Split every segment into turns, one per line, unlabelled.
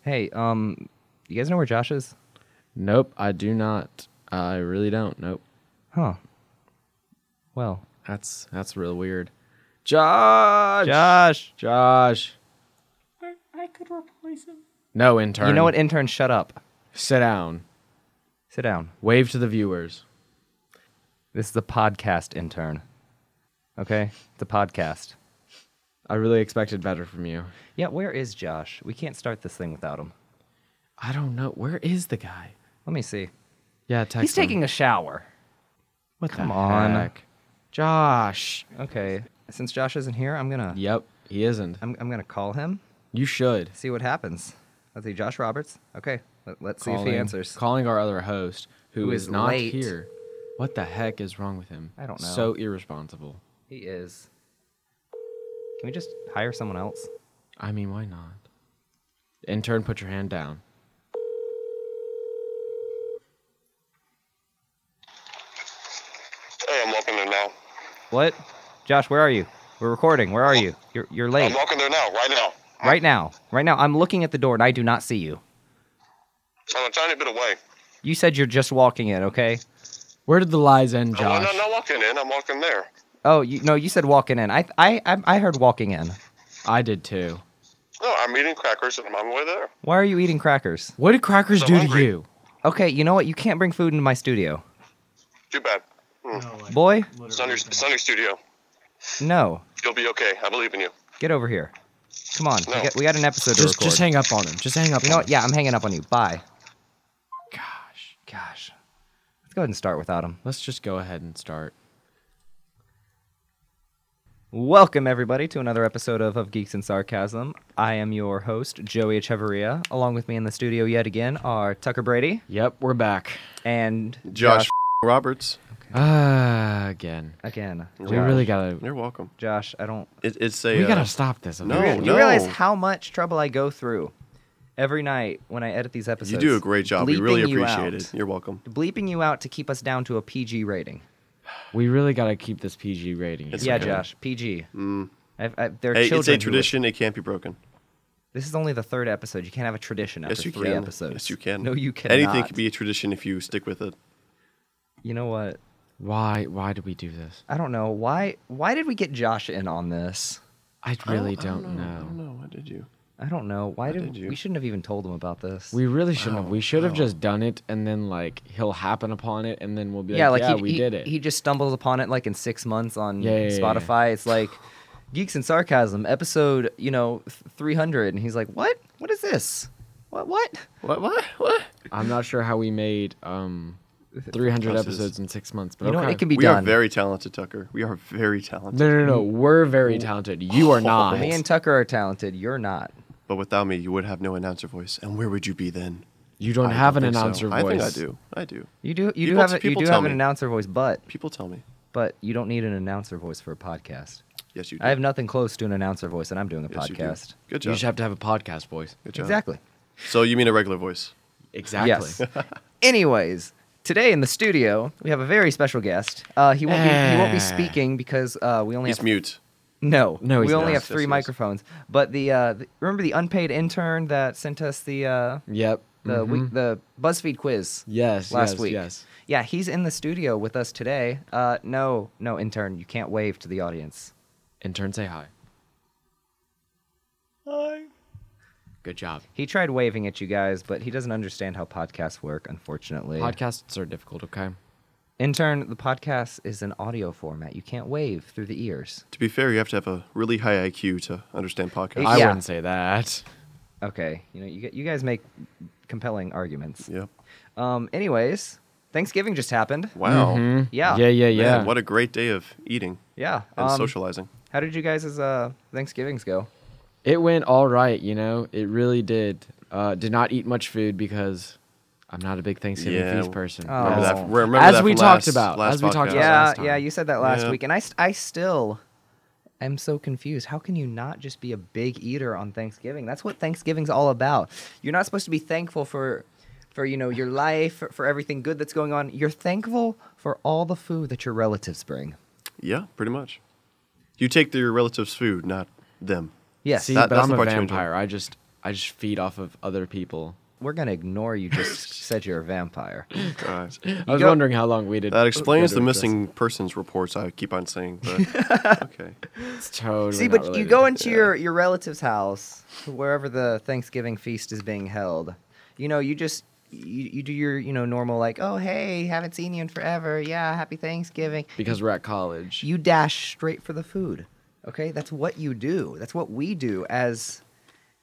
Hey, um, you guys know where Josh is?
Nope, I do not. I really don't. Nope.
Huh. Well,
That's that's real weird. Josh.
Josh.
Josh.
I could replace him.
No intern.
You know what, intern? Shut up.
Sit down.
Sit down.
Wave to the viewers.
This is a podcast intern. Okay? It's a podcast.
I really expected better from you.
Yeah, where is Josh? We can't start this thing without him.
I don't know. Where is the guy?
Let me see.
Yeah, text
He's taking a shower.
What
Come on.
Josh.
Okay. Since Josh isn't here, I'm gonna
Yep, he isn't.
I'm, I'm gonna call him,
You should.
see what happens. Let's see, Josh Roberts. Okay. Let, us see if
Calling-
he answers.
Calling our other host, who
Who
is,
is
not
late.
here. What the heck is wrong with him?
I don't know.
So irresponsible.
He is. Can we just hire someone else?
I mean, why not? Intern, put your hand down.
Hey, I'm walking there now.
What? Josh, where are you? We're recording. Where are you? You're you're late.
I'm walking there now, right now.
Right now. Right now. I'm looking at the door and I do not see you.
I'm a tiny bit away.
You said you're just walking in, okay?
Where did the lies end,
Oh,
Josh?
no, not walking in. I'm walking there.
Oh, you, no, you said walking in. I, I, I- I heard walking in.
I did too.
No, I'm eating crackers and I'm on my way there.
Why are you eating crackers?
What did crackers
So
do
hungry.
to you?
Okay, you know what? You can't bring food into my studio.
Too bad.
No, like,
Boy,
It's on, your,
literally.
it's on your studio.
no.
You'll be okay. I believe in you.
Get over here. Come on. We,
No.
got, we got an episode
Just,
to record.
just hang up on him. Just hang up.
you know
on
what?
him.
Yeah, I'm hanging up on you. Bye.
Gosh.
Gosh. Let's go ahead and start without him.
Let's just go ahead and start.
Welcome, everybody, to another episode of, of Geeks and Sarcasm. I am your host, Joey Echeverria. Along with me in the studio yet again are Tucker Brady
Yep, we're back.
and
Josh, Roberts.
Ah, again.
Again.
We
Josh.
really gotta.
You're welcome.
Josh, I don't
It, it's a.
We
uh,
gotta stop this.
Oh, no,
eventually.
You realize how much trouble I go through every night when I edit these episodes.
you do a great job. We really
bleeping you
appreciate
out.
it. You're welcome.
Bleeping you out to keep us down to a PG rating.
We really gotta keep this PG rating.
It's
yeah,
okay. Mm.
Josh, PG. I've, I've, there are
Hey,
children
it's a
who-
tradition. It can't be broken.
This is only the third episode. You can't have a tradition after
yes, you
three
can.
episodes.
Yes, you can.
No, you cannot.
Anything can be a tradition if you stick with it.
You know what?
Why? Why do we do this?
I don't know why. Why did we get Josh in on this?
I really don't,
I
know.
don't know. What did you?
I don't know. Why did,
did you?
we shouldn't have even told him about this?
We really shouldn't have. We should have just done it, and then like he'll happen upon it, and then we'll be like,
yeah, like he,
we
he,
did it.
He just stumbles upon it like in six months on
Yeah, yeah, yeah,
Spotify. It's like Geeks and Sarcasm episode, you know, three hundred, and he's like, "What? What is this? What? What?
What? What? What?
I'm not sure how we made um 300
Process.
episodes in six months, but
You know,
okay.
what? it can be
we
done."
are very talented, Tucker. We are very talented.
No, no, no. We're very talented. You are not.
Me and Tucker are talented. You're not.
But without me, you would have no announcer voice. And where would you be then?
you don't
I
have an
think so.
announcer voice.
I think I do. I do.
You do. You do
People-
have. A, you
people
do
tell
have an
me.
announcer voice, but
People tell me.
but you don't need an announcer voice for a podcast.
Yes, you do.
I have nothing close to an announcer voice, and I'm doing a
yes, you do.
podcast.
Good
You
job.
just have to have a podcast voice.
Good job.
Exactly.
So you mean a regular voice?
Exactly.
Yes. Anyways, today in the studio we have a very special guest. Uh, he won't be he won't be
Eh.
speaking because uh, we only
He's
have
mute.
no
No,
we
he's
only
not.
have
Yes,
three
yes.
microphones. But the, uh, the remember the unpaid intern that sent us the uh,
Yep.
the
Mhm.
week, the BuzzFeed quiz
Yes.
last
yes,
week.
Yes.
Yeah, he's in the studio with us today. Uh, no, no intern, you can't wave to the audience.
Intern, say hi.
Hi.
Good job.
He tried waving at you guys, but he doesn't understand how podcasts work, unfortunately.
Podcasts are difficult. Okay.
Intern, the podcast is an audio format. You can't wave through the ears.
To be fair, you have to have a really high IQ to understand podcasts.
I
Yeah.
wouldn't say that.
Okay, you know, you, gu- you guys make compelling arguments.
Yep.
Um, anyways, Thanksgiving just happened.
Wow.
Mhm.
Yeah.
Yeah. Yeah. Yeah.
Man, what a great day of eating
Yeah.
and
um,
socializing.
How did you guys' uh, Thanksgivings go?
It went all right, you know. It really did. Uh, did not eat much food because I'm not a big Thanksgiving
Yeah,
feast person.
Oh.
Remember that,
Oh.
remember
As
that
we
from
talked
last-
about-
last
as we talked
podcast.
about
Yeah,
last time.
yeah, you said that last
Yeah.
week, and I, st- I still am so confused. How can you not just be a big eater on Thanksgiving? That's what Thanksgiving's all about. You're not supposed to be thankful for, for you know your life, for, for everything good that's going on. You're thankful for all the food that your relatives bring.
Yeah, pretty much. You take your relatives' food, not them.
Yes.
See,
That-
but
that's
I'm
the
a
part you enjoy.
vampire. I just I just feed off of other people.
We're gonna ignore you. Just said you're a vampire.
All right.
I was
go-
wondering how long we did.
That explains
go to
the
adjust.
missing persons reports I keep on saying, but okay.
It's totally.
See,
not
but you
related.
go into your your relative's house, wherever the Thanksgiving feast is being held. You know, you just you, you do your you know normal like, oh hey, haven't seen you in forever. Yeah, happy Thanksgiving.
because we're at college.
You dash straight for the food. Okay, that's what you do. That's what we do as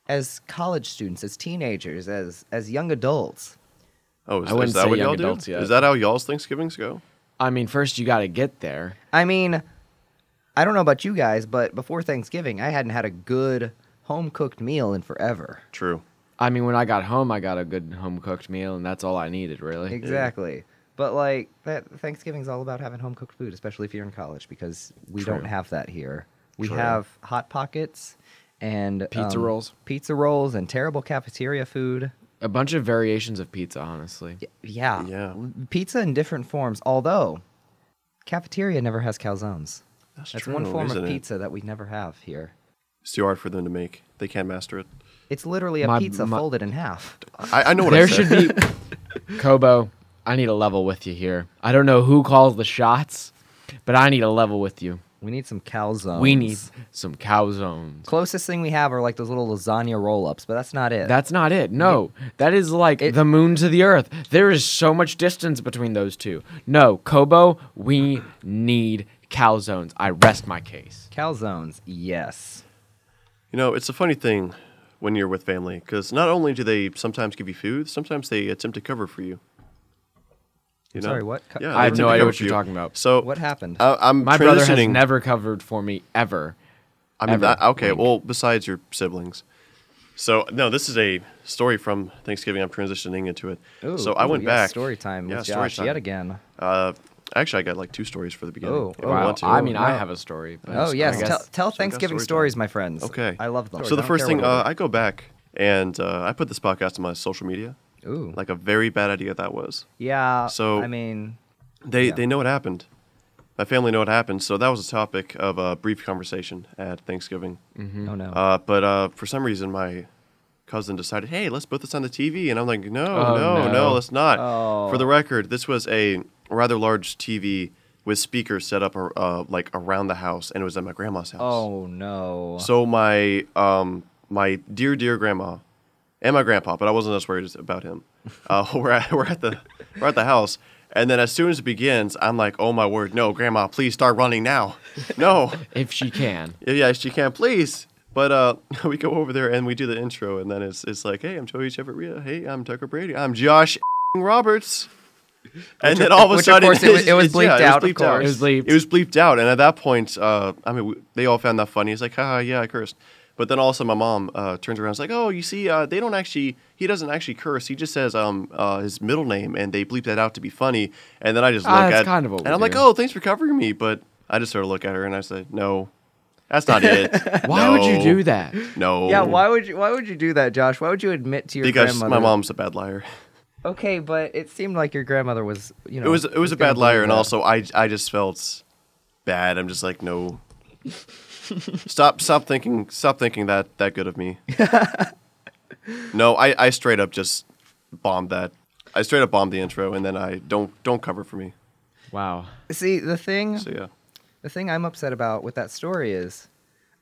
as college students, as teenagers, as as young adults.
Oh, is,
I
is
wouldn't
that
say
what
young
y'all do?
adults yet.
Is that how y'all's Thanksgivings go?
I mean, first you got to get there.
I mean, I don't know about you guys, but before Thanksgiving, I hadn't had a good home cooked meal in forever.
True.
I mean, when I got home, I got a good home cooked meal, and that's all I needed, really.
Exactly. But like that Thanksgiving's all about having home cooked food, especially if you're in college, because we don't
True.
have that here. We
True.
have hot pockets and
Pizza
um,
rolls.
pizza rolls, and terrible cafeteria food.
A bunch of variations of pizza, honestly.
Y- Yeah,
Yeah.
pizza in different forms. Although cafeteria never has calzones.
That's,
That's
true,
one form
isn't
of
it?
pizza that we never have here.
It's too hard for them to make. They can't master it.
It's literally a
My-
pizza
my-
folded in half.
I, I know what I
There
said.
should be. Kobo, I need a level with you here. I don't know who calls the shots, but I need a level with you.
We need some calzones.
We need some calzones.
closest thing we have are like those little lasagna roll-ups, but that's not it.
That's not it. No, that is like
It-
the moon to the earth. There is so much distance between those two. No, Kobo, we need calzones. I rest my case.
calzones. Yes.
You know, it's a funny thing when you're with family because not only do they sometimes give you food, sometimes they attempt to cover for you. You
I'm sorry, what? Co-
Yeah,
I
they
have
attempt
no
to
idea
cover
what
for
you're
you.
talking about.
So uh,
What happened?
I, I'm
My brother has
transitioning-
never covered for me ever.
I mean,
ever
that, okay.
wink.
Well, besides your siblings. So no, this is a story from Thanksgiving. I'm transitioning into it.
Ooh,
so I
ooh,
went
yeah,
back.
Story time with
Yeah, story
Josh
time.
yet again.
Uh, actually, I got like two stories for the beginning.
Oh,
if
oh,
you
wow.
want to.
I mean, I
no.
have a story. But
Oh yes,
I guess-
tell, tell
so we got
Thanksgiving
story
stories,
time.
my friends.
Okay.
I love them.
So the
I don't
first
care
thing,
what
uh,
order.
I go back and uh, I put this podcast on my social media.
Ooh,
Like a very bad idea that was.
yeah.
so-
I mean,
They
Yeah.
they know what happened. My family know what happened. So that was a topic of a brief conversation at Thanksgiving.
oh no.
Uh, but uh, for some reason, my cousin decided, hey, let's put this on the TV. And I'm like, no,
Oh,
no, no,
no.
let's not.
Oh.
For the record, this was a rather large TV with speakers set up ar- uh, like around the house, and it was at my grandma's house.
oh no.
So my um my dear dear grandma and my grandpa, but I wasn't as worried about him. Uh, we're at we're at the we're at the house, and then as soon as it begins, I'm like, oh my word, no, grandma, please start running now, no,
if she can.
yeah, yeah, she can't, please. But uh, we go over there and we do the intro, and then it's it's like, hey, I'm Joey Chavarria. Hey, I'm Tucker Brady. I'm Josh Roberts. And then all of a
which, of
sudden,
course, it was-
it's-
it was
it's-
bleeped
yeah,
out, of
It was bleeped
course.
out.
It was bleeped.
It was bleeped out. And at that point, uh, I mean, we, they all found that funny. It's like, haha, yeah, I cursed. But then also, my mom uh, turns around. and is like, oh, you see, uh, they don't actually. He doesn't actually curse. He just says um uh, his middle name, and they bleep that out to be funny. And then I just look
Ah, that's
at,
kind of what
and
we
I'm like,
do.
oh, thanks for covering me. But I just sort of look at her and I said, no, that's not it.
Why would you
No.
do that?
No.
yeah, why would you? Why would you do that, Josh? Why would you admit to your
Because
grandmother?
my mom's a bad liar.
Okay, but it seemed like your grandmother was, you know.
it was it was a
gonna
bad liar,
believe
and
that.
also I I just felt bad. I'm just like no. stop stop thinking stop thinking that that good of me. no, I I straight up just bombed that. I straight up bombed the intro, and then I don't don't cover for me.
Wow.
See, the thing.
So yeah.
The thing I'm upset about with that story is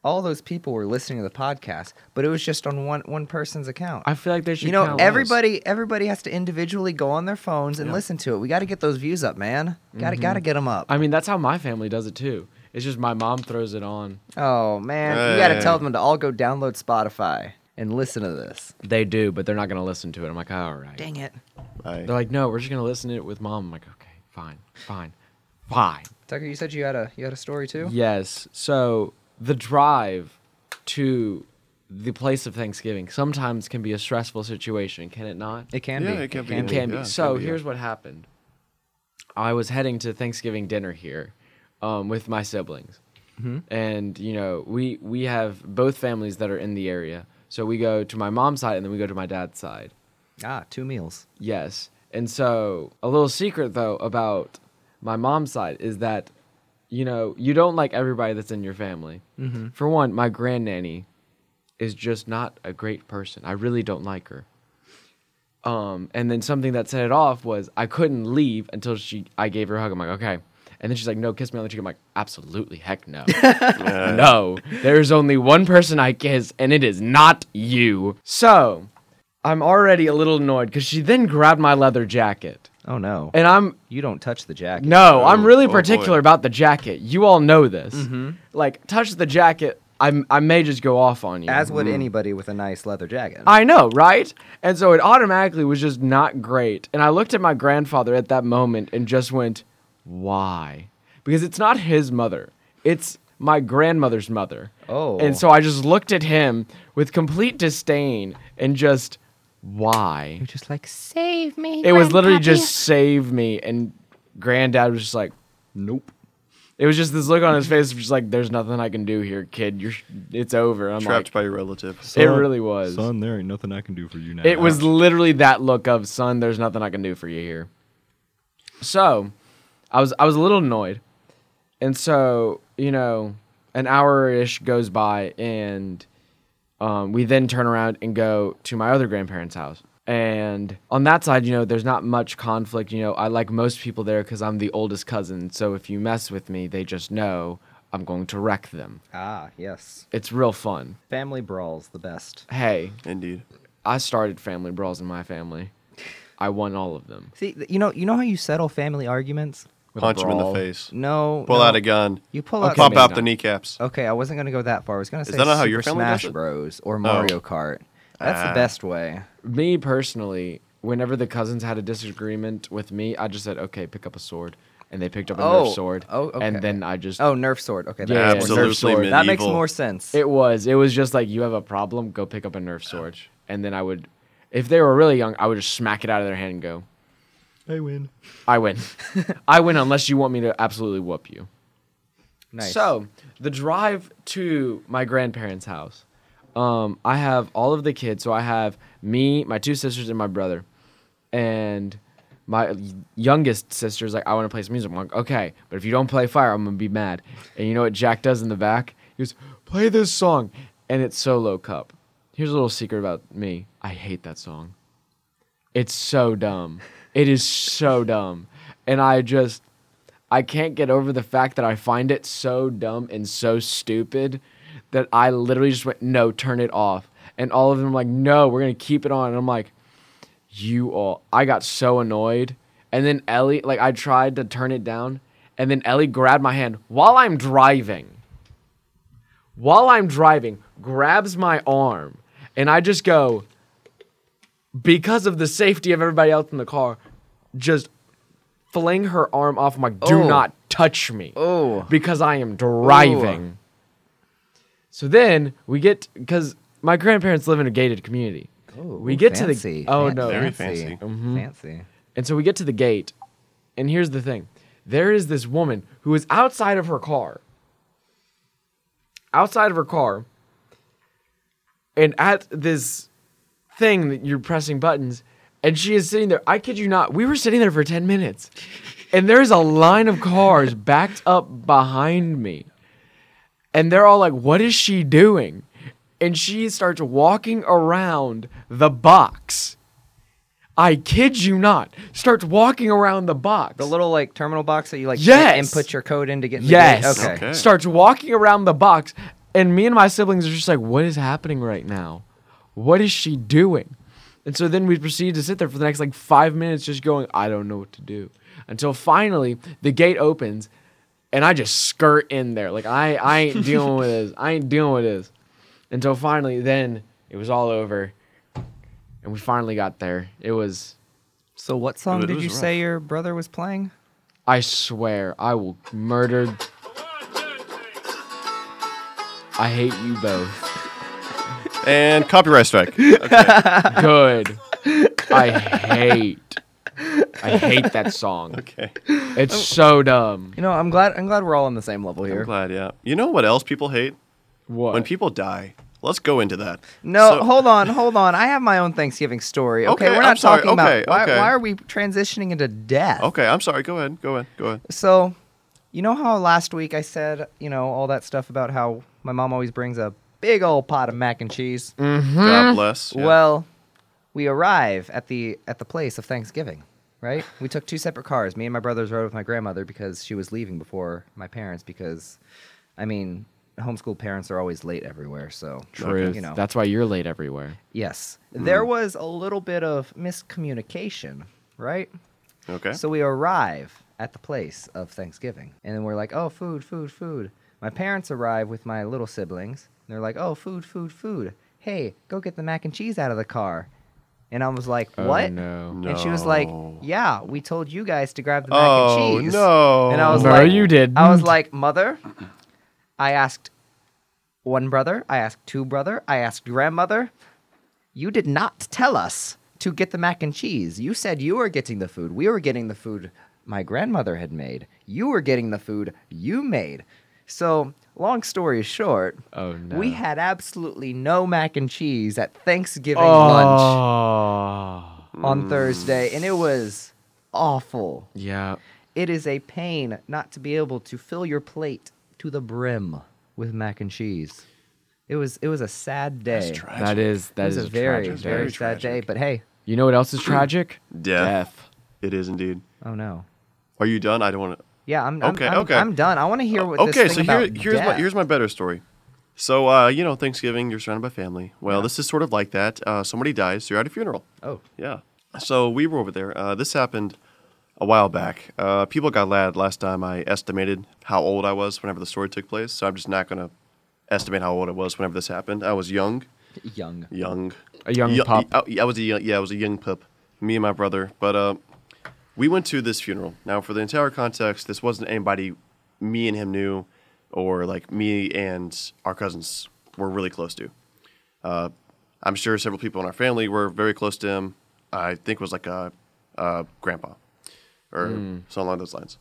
all those people were listening to the podcast, but it was just on one one person's account.
I feel like they should.
you know,
count.
everybody everybody has to individually go on their phones and listen to it. We got to get those views up, man. Got to
Mm-hmm.
got to get them up.
I mean, that's how my family does it too. It's just my mom throws it on.
oh man, you got to
Hey.
tell them to all go download Spotify and listen to this.
They do, but they're not gonna listen to it. I'm like, all right.
Dang it,
I,
They're like, no, we're just gonna listen to it with mom. I'm like, okay, fine, fine, fine.
Tucker. You said you had a you had a story too.
Yes. So the drive to the place of Thanksgiving sometimes can be a stressful situation, can it not?
It can
Yeah,
be.
it can be.
It
Yeah,
can
yeah,
be.
it
So
can be, yeah.
here's what happened. I was heading to Thanksgiving dinner here um, with my siblings,
Mm-hmm.
and you know we we have both families that are in the area. So we go to my mom's side and then we go to my dad's side.
Ah, two meals.
Yes. And so, a little secret though about my mom's side is that, you know, you don't like everybody that's in your family. For one, my grandnanny is just not a great person. I really don't like her. Um, and then something that set it off was I couldn't leave until she I gave her a hug. I'm like, okay. And then she's like, no, kiss me on the cheek. I'm like, absolutely, heck no. no. There's only one person I kiss, and it is not you. So I'm already a little annoyed because she then grabbed my leather jacket.
Oh no.
And I'm
you don't touch the jacket.
no, I'm really
oh, boy. Mm-hmm.
particular about the jacket. You all know this. Like, touch the jacket, I I may just go off on you.
As would
Mm-hmm.
anybody with a nice leather jacket.
I know, right? And so it automatically was just not great. And I looked at my grandfather at that moment and just went, "Why?" Because it's not his mother. It's my grandmother's mother.
Oh.
And so I just looked at him with complete disdain and just, "Why?"
You're just like save me.
It was literally
grandpappy."
just save me, and granddad was just like, nope. It was just this look on his face, of just like there's nothing I can do here, kid. You're, it's over. I'm
Trapped
like,
by your relative.
it really was.
Son, there ain't nothing I can do for you now.
It was literally that look of son. There's nothing I can do for you here. So, I was I was a little annoyed, and so you know, an hour ish goes by, and um, we then turn around and go to my other grandparents' house. And on that side, you know, there's not much conflict. You know, I like most people there because I'm the oldest cousin. So if you mess with me, they just know I'm going to wreck them.
Ah, yes.
It's real fun.
Family brawls the best.
Hey,
Indeed.
I started family brawls in my family. I won all of them.
See, th- you know, you know how you settle family arguments?
With a
Punch him in the
brawl.
face.
No.
Pull
no.
out a gun.
You pull out.
Okay,
Pop
maybe
out
not.
the kneecaps.
Okay, I wasn't gonna go that far. I was gonna say
that not how
Super
your family does
Smash
it? Oh.
Bros. or Mario Kart. That's the
Ah.
best way.
Me personally, whenever the cousins had a disagreement with me, I just said, "Okay, pick up a sword," and they picked up another
Oh,
sword.
oh, okay.
And then I just.
Oh, Nerf sword. Okay, that
Yeah,
makes more
Absolutely
sense. That makes
medieval.
more sense.
It was. It was just like you have a problem, go pick up a Nerf sword, and then I would, if they were really young, I would just smack it out of their hand and go,
I win.
"I win, I win," unless you want me to absolutely whoop you.
nice.
So the drive to my grandparents' house, um, I have all of the kids. So I have me, my two sisters, and my brother, and my youngest sister is like, I want to play some music. I'm like, okay, but if you don't play Fire, I'm gonna be mad. And you know what Jack does in the back? He goes, play this song, and it's Solo Cup. Here's a little secret about me. I hate that song. It's so dumb. It is so dumb. And I just I can't get over the fact that I find it so dumb and so stupid that I literally just went, no, turn it off. And all of them were like, no, we're gonna keep it on. And I'm like, you all I got so annoyed. And then Ellie, like I tried to turn it down, and then Ellie grabbed my hand while I'm driving. While I'm driving, grabs my arm, and I just go, because of the safety of everybody else in the car, just fling her arm off my do
Oh.
not touch me.
Oh.
Because I am driving. So then we get because my grandparents live in a gated community. we get
fancy.
to the oh
Fan-
no, Mm-hmm.
Very
fancy,
fancy.
fancy.
and so we get to the gate, and here's the thing. There is this woman who is outside of her car. Outside of her car. And at this thing that you're pressing buttons, and she is sitting there. I kid you not, we were sitting there for 10 minutes. And there's a line of cars backed up behind me. And they're all like, what is she doing? And she starts walking around the box. I kid you not, starts walking around the box.
The little like terminal box that you like
Yes.
and put your code in to get. In
yes.
The gate. Okay.
Okay.
Starts walking around the box, and me and my siblings are just like, what is happening right now? What is she doing? And so then we proceed to sit there for the next like five minutes, just going, I don't know what to do. Until finally the gate opens, and I just skirt in there. Like I, I ain't dealing with this. I ain't dealing with this. Until finally, then it was all over, and we finally got there. It was
So what song
it
did
was
you
rough.
say your brother was playing?
I swear I will murder. I hate you both.
And copyright strike.
Good. I hate. I hate that song.
Okay.
It's so dumb.
You know, I'm glad. I'm glad we're all on the same level
I'm
here.
glad, yeah. You know what else people hate?
What?
When people die. Let's go into that.
No,
So-
hold on, hold on. I have my own Thanksgiving story. Okay,
Okay,
we're
I'm
not
sorry.
talking
Okay,
about why,
okay.
why are we transitioning into death?
Okay, I'm sorry. Go ahead. Go ahead. Go ahead.
So, you know how last week I said, you know, all that stuff about how my mom always brings a big old pot of mac and cheese.
God bless. yeah.
Hmm. Well, we arrive at the at the place of Thanksgiving, right? We took two separate cars. Me and my brothers rode with my grandmother because she was leaving before my parents because I mean, homeschool parents are always late everywhere, so
Truth.
you know.
That's why you're late everywhere.
yes. There was a little bit of miscommunication, right?
okay.
So we arrive at the place of Thanksgiving, and then we're like, "Oh, food, food, food." My parents arrive with my little siblings, and they're like, "Oh, food, food, food." Hey, go get the mac and cheese out of the car. And I was like,
Oh,
"What?"
no.
And she was like,
No.
"Yeah, we told you guys to grab the mac
oh
and cheese."
no.
And I was
No,
like,
you didn't.
I was like, "Mother, I asked one brother, I asked two brother, I asked grandmother. You did not tell us to get the mac and cheese. You said you were getting the food. We were getting the food my grandmother had made. You were getting the food you made." So, long story short,
Oh no.
we had absolutely no mac and cheese at Thanksgiving lunch
Oh.
on Thursday, and it was awful.
Yeah.
It is a pain not to be able to fill your plate to the brim with mac and cheese. It was it was a sad day.
That's tragic.
That is
It
that
was
is
a very
tragic.
very
Very
sad day. But hey,
You know what else is tragic?
Death. It is indeed.
oh no.
Are you done? I don't want to.
Yeah, I'm I'm-
Okay,
I'm,
okay.
I'm done. I want to hear what. this
okay,
thing
so here,
about
here's my
death-
here's my better story. So uh, you know, Thanksgiving, you're surrounded by family. Well, this is sort of like that. Uh, somebody dies, so you're at a funeral.
Oh,
Yeah. So we were over there. Uh, this happened a while back. Uh, people got mad last time I estimated how old I was whenever the story took place. So I'm just not gonna estimate how old I was whenever this happened. I was young,
young.
young,
A young
Yo-
pup.
I, I was a young, yeah, I was a young pup. Me and my brother, but uh, we went to this funeral. Now, for the entire context, this wasn't anybody me and him knew, or like me and our cousins were really close to. Uh, I'm sure several people in our family were very close to him. I think it was like a, a grandpa, or
Hmm.
something along those lines.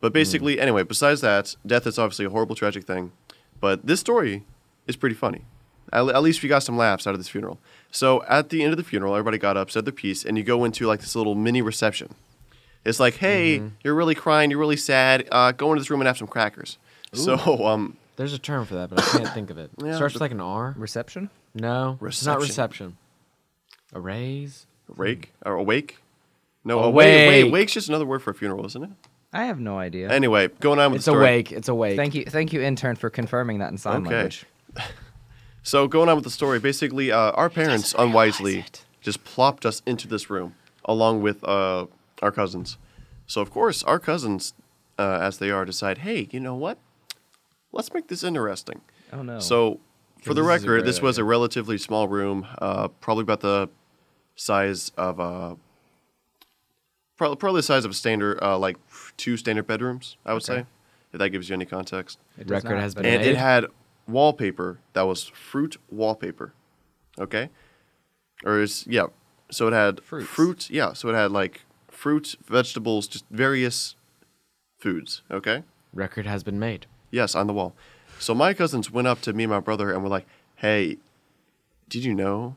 But basically, anyway, besides that, death is obviously a horrible, tragic thing. But this story is pretty funny. At, at least we got some laughs out of this funeral. So at the end of the funeral, everybody got up, said their piece, and you go into like this little mini reception. It's like, hey,
Mm-hmm.
you're really crying, you're really sad. Uh, go into this room and have some crackers. So, um,
There's a term for that, but I can't think of it.
Yeah,
Starts
but-
with like an R.
Reception?
No, it's not
Reception.
reception. A raise.
rake or awake? No, awake.
Awake.
awake. Wake's just another word for a funeral, isn't it?
I have no idea.
Anyway, going on with
It's
the story.
awake. It's awake.
thank you, thank you, intern, for confirming that in sign
Okay.
language.
So going on with the story, basically, uh, our parents unwisely
it.
just plopped us into this room along with uh, our cousins. So of course, our cousins, uh, as they are, decide, hey, you know what? Let's make this interesting.
Oh no.
So,
this
for the
is a
record,
great
this was
idea.
a relatively small room, uh, probably about the size of a probably, probably the size of a standard, uh, like two standard bedrooms. I would
Okay.
say, if that gives you any context.
It does
Record
not,
has
but-
been
And
made.
it had wallpaper that was fruit wallpaper. Okay? Or is yeah. So it had
Fruits.
fruit, yeah, so it had like fruit, vegetables, just various foods, okay?
Record has been made.
Yes, on the wall. So my cousins went up to me and my brother and were like, "Hey, did you know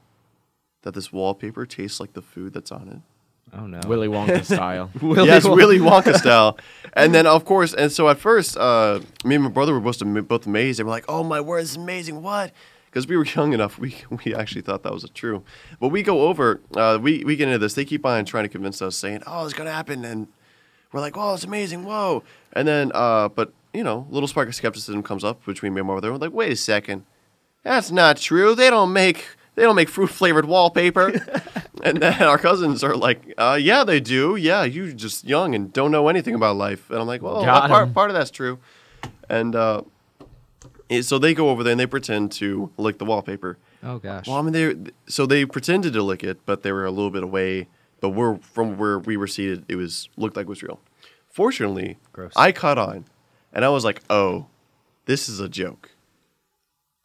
that this wallpaper tastes like the food that's on it?"
Oh no.
Willy Wonka style.
yes, Willy Wonka style. And then, of course, and so at first, uh, me and my brother were both, am- both amazed. They were like, oh my word, this is amazing. What? Because we were young enough, we, we actually thought that was true. But we go over, uh, we, we get into this. They keep on trying to convince us, saying, oh, it's going to happen. And we're like, oh, it's amazing. Whoa. And then, uh, but, you know, little spark of skepticism comes up between me and my brother. We're like, wait a second. That's not true. They don't make they don't make fruit flavored wallpaper. and then our cousins are like, uh, yeah, they do. Yeah, you just young and don't know anything about life. And I'm like, well,
Got
that part,
'em.
part of that's true. And uh, it- so they go over there and they pretend to lick the wallpaper.
oh gosh.
Well, I mean, they so they pretended to lick it, but they were a little bit away. But we're from where we were seated, it was looked like it was real. Fortunately,
Gross.
I caught on, and I was like, "Oh, this is a joke."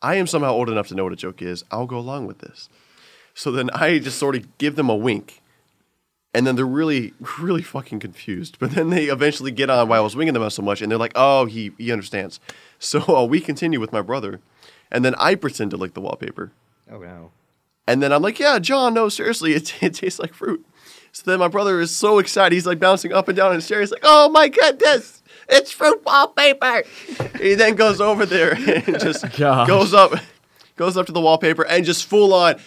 I am somehow old enough to know what a joke is. I'll go along with this. So then I just sort of give them a wink, and then they're really, really fucking confused. But then they eventually get on why I was winking them out so much, and they're like, "Oh, he he understands." So uh, we continue with my brother, and then I pretend to lick the wallpaper.
oh no.
And then I'm like, yeah, John, no, seriously, it, it tastes like fruit. So then my brother is so excited. He's like bouncing up and down in his chair. He's like, oh my goodness, it's fruit wallpaper. he then goes over there and just
Gosh.
goes up. goes up to the wallpaper and just full on,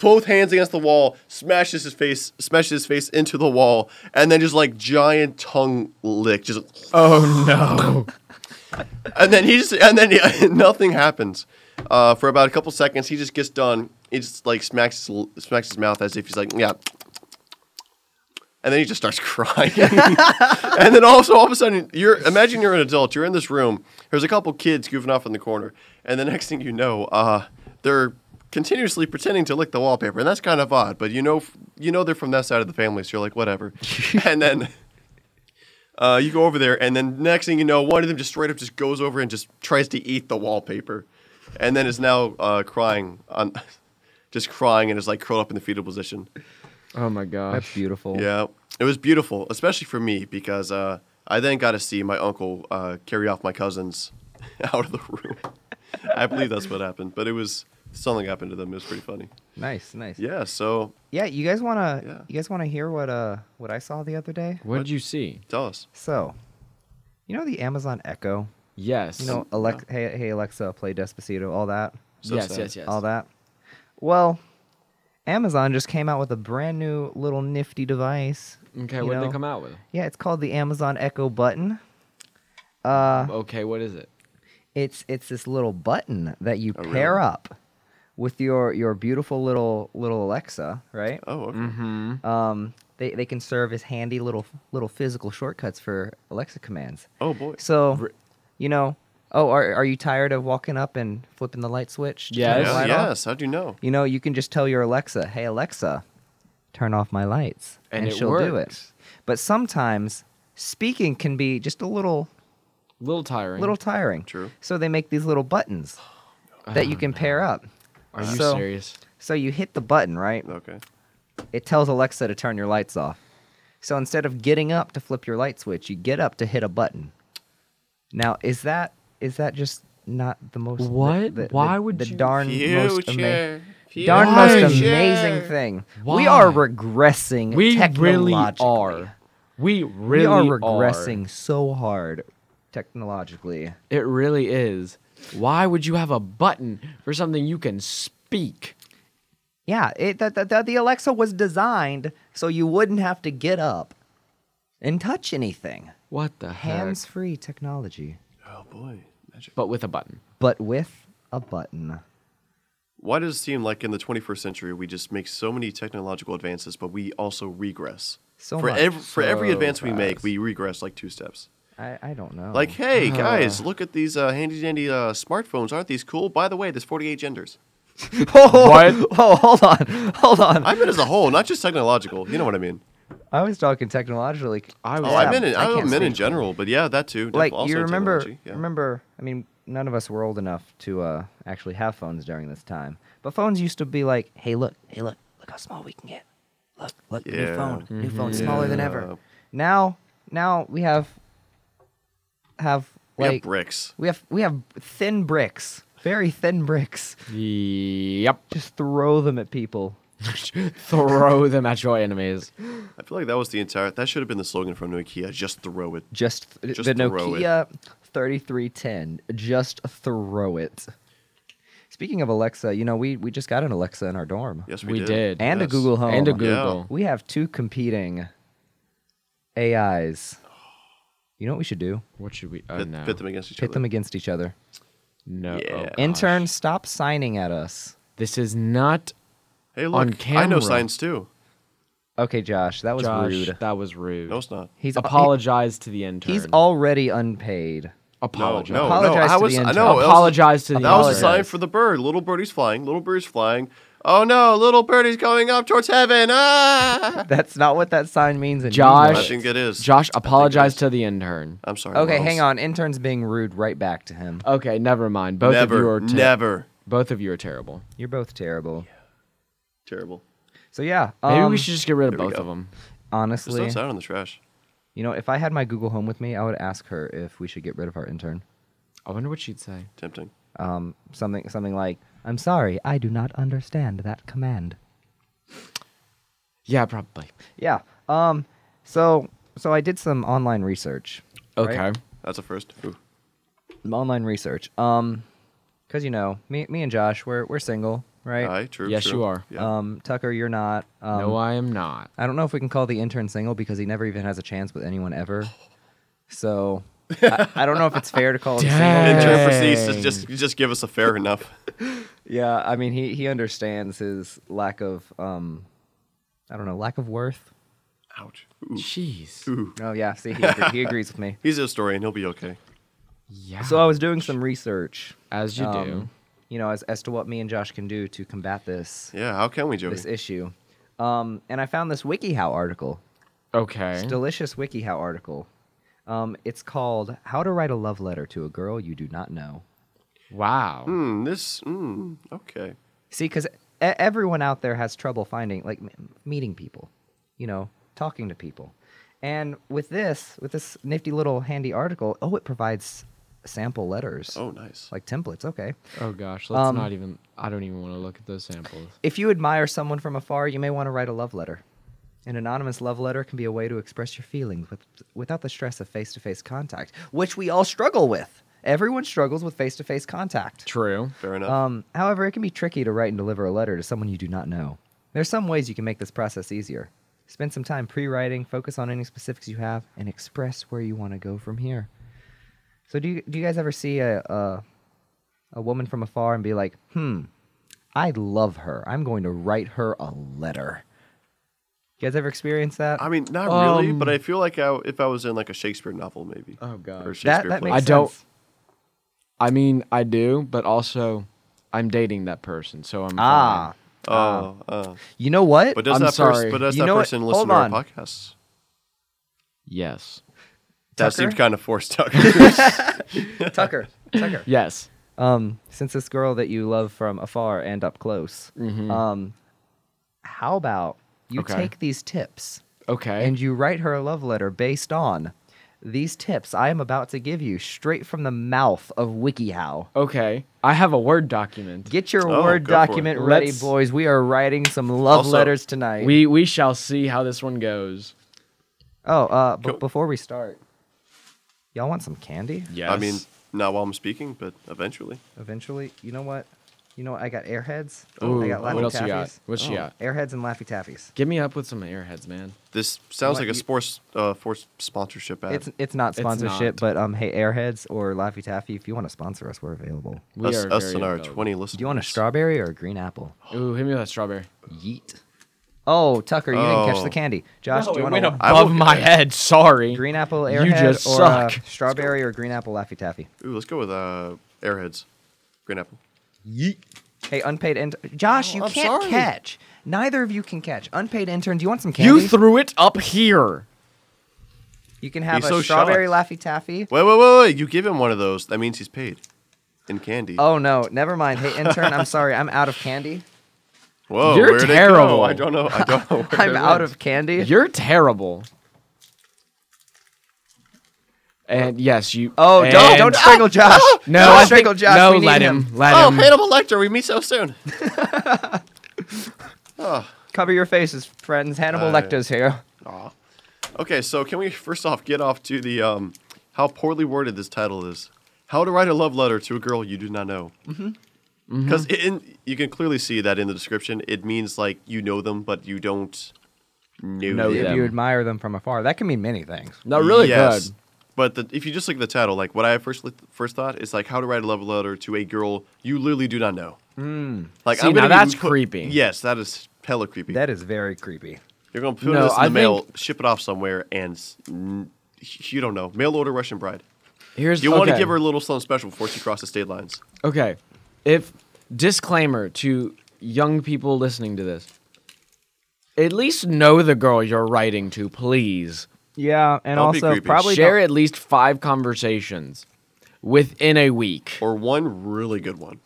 both hands against the wall, smashes his face, smashes his face into the wall, and then just like giant tongue lick, just
Oh no.
and then he just and then he, nothing happens uh, for about a couple seconds. He just gets done. He just like smacks his, l- smacks his mouth as if he's like yeah, and then he just starts crying. and then also all of a sudden you're imagine you're an adult. You're in this room. There's a couple kids goofing off in the corner, and the next thing you know, uh, they're continuously pretending to lick the wallpaper, and that's kind of odd. But you know you know they're from that side of the family, so you're like whatever. and then. Uh, you go over there, and then next thing you know, one of them just straight up just goes over and just tries to eat the wallpaper, and then is now uh, crying on, just crying and is like curled up in the fetal position.
Oh my gosh.
That's beautiful.
Uh, Yeah, it was beautiful, especially for me because uh, I then got to see my uncle uh, carry off my cousins out of the room. I believe that's what happened, but it was something happened to them. It was pretty funny.
Nice, nice.
Yeah, so
Yeah, you guys wanna
Yeah.
you guys wanna hear what uh what I saw the other day?
What did you see?
tell us.
So, you know the Amazon Echo,
Yes.
you know Alex, hey hey Alexa, play Despacito, all that,
So
yes,
sad.
yes, yes.
all that. Well, Amazon just came out with a brand new little nifty device.
Okay,
you
what did
know.
they come out with?
Yeah, it's called the Amazon Echo button. uh,
Okay, what is it?
It's it's this little button that you
Oh, really?
pair up with your your beautiful little little Alexa, right?
Oh, okay.
Mm-hmm.
Um, they they can serve as handy little little physical shortcuts for Alexa commands.
oh boy.
So, you know, oh, are are you tired of walking up and flipping the light switch? to turn
Yes.
the
Yeah,
light off?
yes. How'd you know?
You know, you can just tell your Alexa, "Hey Alexa, turn off my lights,"
And it
she'll do it.
works.
But sometimes speaking can be just a little
Little tiring.
little tiring.
True.
So they make these little buttons that you can pair up.
Are you
so-
serious?
So you hit the button, right?
Okay.
It tells Alexa to turn your lights off. So instead of getting up to flip your light switch, you get up to hit a button. Now, is that is that just not the most the-
What?
The, the-
Why would
the
you-
darn most ama-
Future.
darn most
Why?
amazing thing? We
Why?
are regressing.
We really
technologically.
are. We really
we are regressing so hard technologically.
It really is. Why would you have a button for something you can speak?
Yeah, it, the, the, the Alexa was designed so you wouldn't have to get up and touch anything.
What the heck?
Hands free technology,
Oh boy. Magic.
but with a button.
but with a button.
Why does it seem like in the 21st century we just make so many technological advances, but we also regress?
So
for
much.
every for every
So
advance we make,
fast.
we regress like two steps.
I, I don't know.
Like, hey guys, look at these uh, handy dandy uh, smartphones. Aren't these cool? By the way, there's 48 genders.
oh, oh, hold on, hold on.
I meant as a whole, not just technological. You know what I mean?
I was talking technologically.
I was
Oh,
Yeah,
I meant in,
I
I,
can't
meant in
speak.
general, but yeah, that too. def-
like
also
you remember,
technology, yeah.
remember. I mean, none of us were old enough to uh, actually have phones during this time. But phones used to be like, hey, look, hey, look, look how small we can get. Look, look, new
Yeah.
phone, new phone, smaller than
Yeah.
ever. Now, now we have have
We have
like
bricks.
we have we have thin bricks, very thin bricks.
Yep.
Just throw them at people.
Throw them at your enemies.
I feel like that was the entire. That should have been the slogan from Nokia. Just throw it.
Just, th-
Just
the
throw it.
Nokia 3310. Just throw it. Speaking of Alexa, you know we we just got an Alexa in our dorm.
Yes, we,
We did.
And
yes.
a Google Home.
And a Google.
We have two competing AIs. You know what we should do?
What should we? Oh
Pit,
no.
pit them against each
Pit
other.
them against each other.
No. oh,
Yeah.
gosh.
Intern, stop signing at us.
This is not.
hey, look,
on
I know
camera.
science too.
Okay, Josh, that was
Josh,
rude.
That was rude.
No, it's not.
He's
apologize to the intern.
He's already unpaid.
apologize.
No, no,
Apologize
no. I
to
was,
the
I
intern.
know, that was-
Apologize to the
That was a
Apologize.
sign for the bird. Little birdie's flying. Little birdie's flying. Oh no! Little birdie's going up towards heaven. Ah!
That's not what that sign means. In
Josh-
I
English.
think it is.
Josh, apologize to the intern.
I'm sorry.
Okay,
Wells.
hang on. Intern's being rude right back to him.
Okay, never mind. Both
never,
of you are ter-
never.
both of you are terrible.
You're both terrible.
Terrible.
So yeah,
Maybe
um,
we should just get rid of
there we
both
go.
of them.
Just
honestly.
don't sound in the trash.
You know, if I had my Google Home with me, I would ask her if we should get rid of our intern.
I wonder what she'd say.
Tempting.
Um, something, something like, "I'm sorry, I do not understand that command."
Yeah, probably.
Yeah. Um. So, so I did some online research.
Okay.
right?
That's a first. Ooh.
Online research. Um. because you know me, me and Josh, we're we're single, right?
Aye, true.
Yes,
true.
you are.
Uh, Yeah.
Um, Tucker, you're not. Um,
no, I am not.
I don't know if we can call the intern single because he never even has a chance with anyone ever. So I, I don't know if it's fair to call him single.
Dang.
Intern
because-
proceeds to just just give us a fair enough.
Yeah, I mean he he understands his lack of um, I don't know, lack of worth.
Ouch. Ooh.
Jeez.
Ooh.
Oh yeah, see he, agree- he agrees with me.
He's a historian. He'll be okay.
Yeah.
So I was doing some research,
as you do.
um, you know, as as to what me and Josh can do to combat this
Yeah. How can we, Joey?
this issue. Um, and I found this WikiHow article.
Okay.
It's a delicious WikiHow article. Um, it's called "How to Write a Love Letter to a Girl You Do Not Know."
wow.
Hmm. This. Hmm. Okay.
See, because e- everyone out there has trouble finding, like, m- meeting people, you know, talking to people. And with this, with this nifty little handy article, oh, it provides sample letters,
Oh, nice.
like templates. Okay.
Oh gosh. Let's
Um,
not even. I don't even want to look at those samples.
If you admire someone from afar, you may want to write a love letter. An anonymous love letter can be a way to express your feelings with, without the stress of face to face contact, which we all struggle with. Everyone struggles with face to face contact.
True.
Fair enough.
Um, however, it can be tricky to write and deliver a letter to someone you do not know. There are some ways you can make this process easier. Spend some time pre writing, focus on any specifics you have, and express where you want to go from here. So, do you, do you guys ever see a, a, a woman from afar and be like, hmm, I love her. I'm going to write her a letter? You guys ever experience that?
I mean, not really,
Um,
but I feel like I, if I was in like a Shakespeare novel, maybe.
Oh, God.
Or
That-
a
that,
Shakespeare
that
play.
makes
I don't-
sense.
I mean, I do, but also, I'm dating that person, so I'm.
Ah,
Oh, oh.
you know what?
But does
I'm
that
sorry.
person? But does
You
that
know what?
person
Hold
listen to our
on.
podcasts?
Yes.
That
Tucker?
seemed kind of forced, Tucker.
Tucker, Tucker.
Yes.
um, since this girl that you love from afar and up close, um, how about you
Mm-hmm. Okay.
take these tips
Okay.
and you write her a love letter based on these tips I am about to give you straight from the mouth of WikiHow.
okay. I have a word document.
Get your
Oh,
Word
go for it.
document ready,
Let's-
boys. We are writing some love
Also-
letters tonight.
We we shall see how this one goes.
oh, uh, b-
Go-
before we start, y'all want some candy?
Yes.
I mean, not while I'm speaking, but eventually.
Eventually, you know what? You know what? I got Airheads.
Ooh,
I Oh, got Laffy
what else
Taffies. Oh.
you got? What you got?
Airheads and Laffy Taffies.
Get me up with some airheads, man.
This sounds
What,
like
you-
a sports uh, forced sponsorship ad.
It's it's not
Uh, It's
sponsorship,
not.
but um, hey, Airheads or Laffy Taffy, if you want to sponsor us, we're available.
We
us
are
us
very
and our
available.
20 listeners.
Do you want a strawberry or a green apple?
Ooh, hit me with that strawberry.
Yeet. Oh, Tucker, you didn't catch
Oh.
the candy. Josh, do you want a
I will-
head. Sorry.
green apple
You
Airhead
just
or uh,
suck.
strawberry or green apple Laffy Taffy?
Ooh, let's go with uh, Airheads. Green apple.
Hey, unpaid intern. Josh, you
I'm
can't
sorry.
catch. Neither of you can catch. Unpaid intern, do you want some candy?
You threw it up here.
You can have
He's
a
so
strawberry
shocked.
Laffy Taffy.
Wait, wait, wait, wait. You give him one of those. That means he's paid in candy.
Oh, no, never mind. Hey, intern, I'm sorry. I'm out of candy.
Whoa,
You're
where'd it go?
terrible.
I don't know. I don't know. where
I'm
it
out
went.
of candy.
You're terrible. And yes, you.
Oh, don't,
and-
don't strangle Josh.
No,
don't
I think,
strangle Josh.
No,
we need
let
him.
him. Let
Oh,
him.
Hannibal Lecter, we meet so soon. oh,
Cover your faces, friends. Hannibal
Uh,
Lecter's here.
aw. Okay, so can we first off get off to the um, how poorly worded this title is? How to write a love letter to a girl you do not know.
Mm-hmm.
Because in you can clearly see that in the description, it means like you know them, but you don't know,
Know
them.
them.
If you admire them from afar, that can mean many things.
No, really
Yes.
good.
But the, if you just look at the title, like what I first li- first thought is like how to write a love letter to a girl you literally do not know. Like
Hmm. See,
gonna
now
be
that's creepy.
Yes, that is hella creepy.
That is very creepy.
You're gonna put
No,
this in
I
the mail,
think-
ship it off somewhere, and s- n- you don't know. Mail order Russian bride.
Here's
You want to
okay.
give her a little something special before she crosses state lines.
Okay. If disclaimer to young people listening to this. At least know the girl you're writing to, please.
Yeah, and
Don't be
also
creepy.
probably
Share
don't-
at least 5 conversations within a week.
Or one really good one.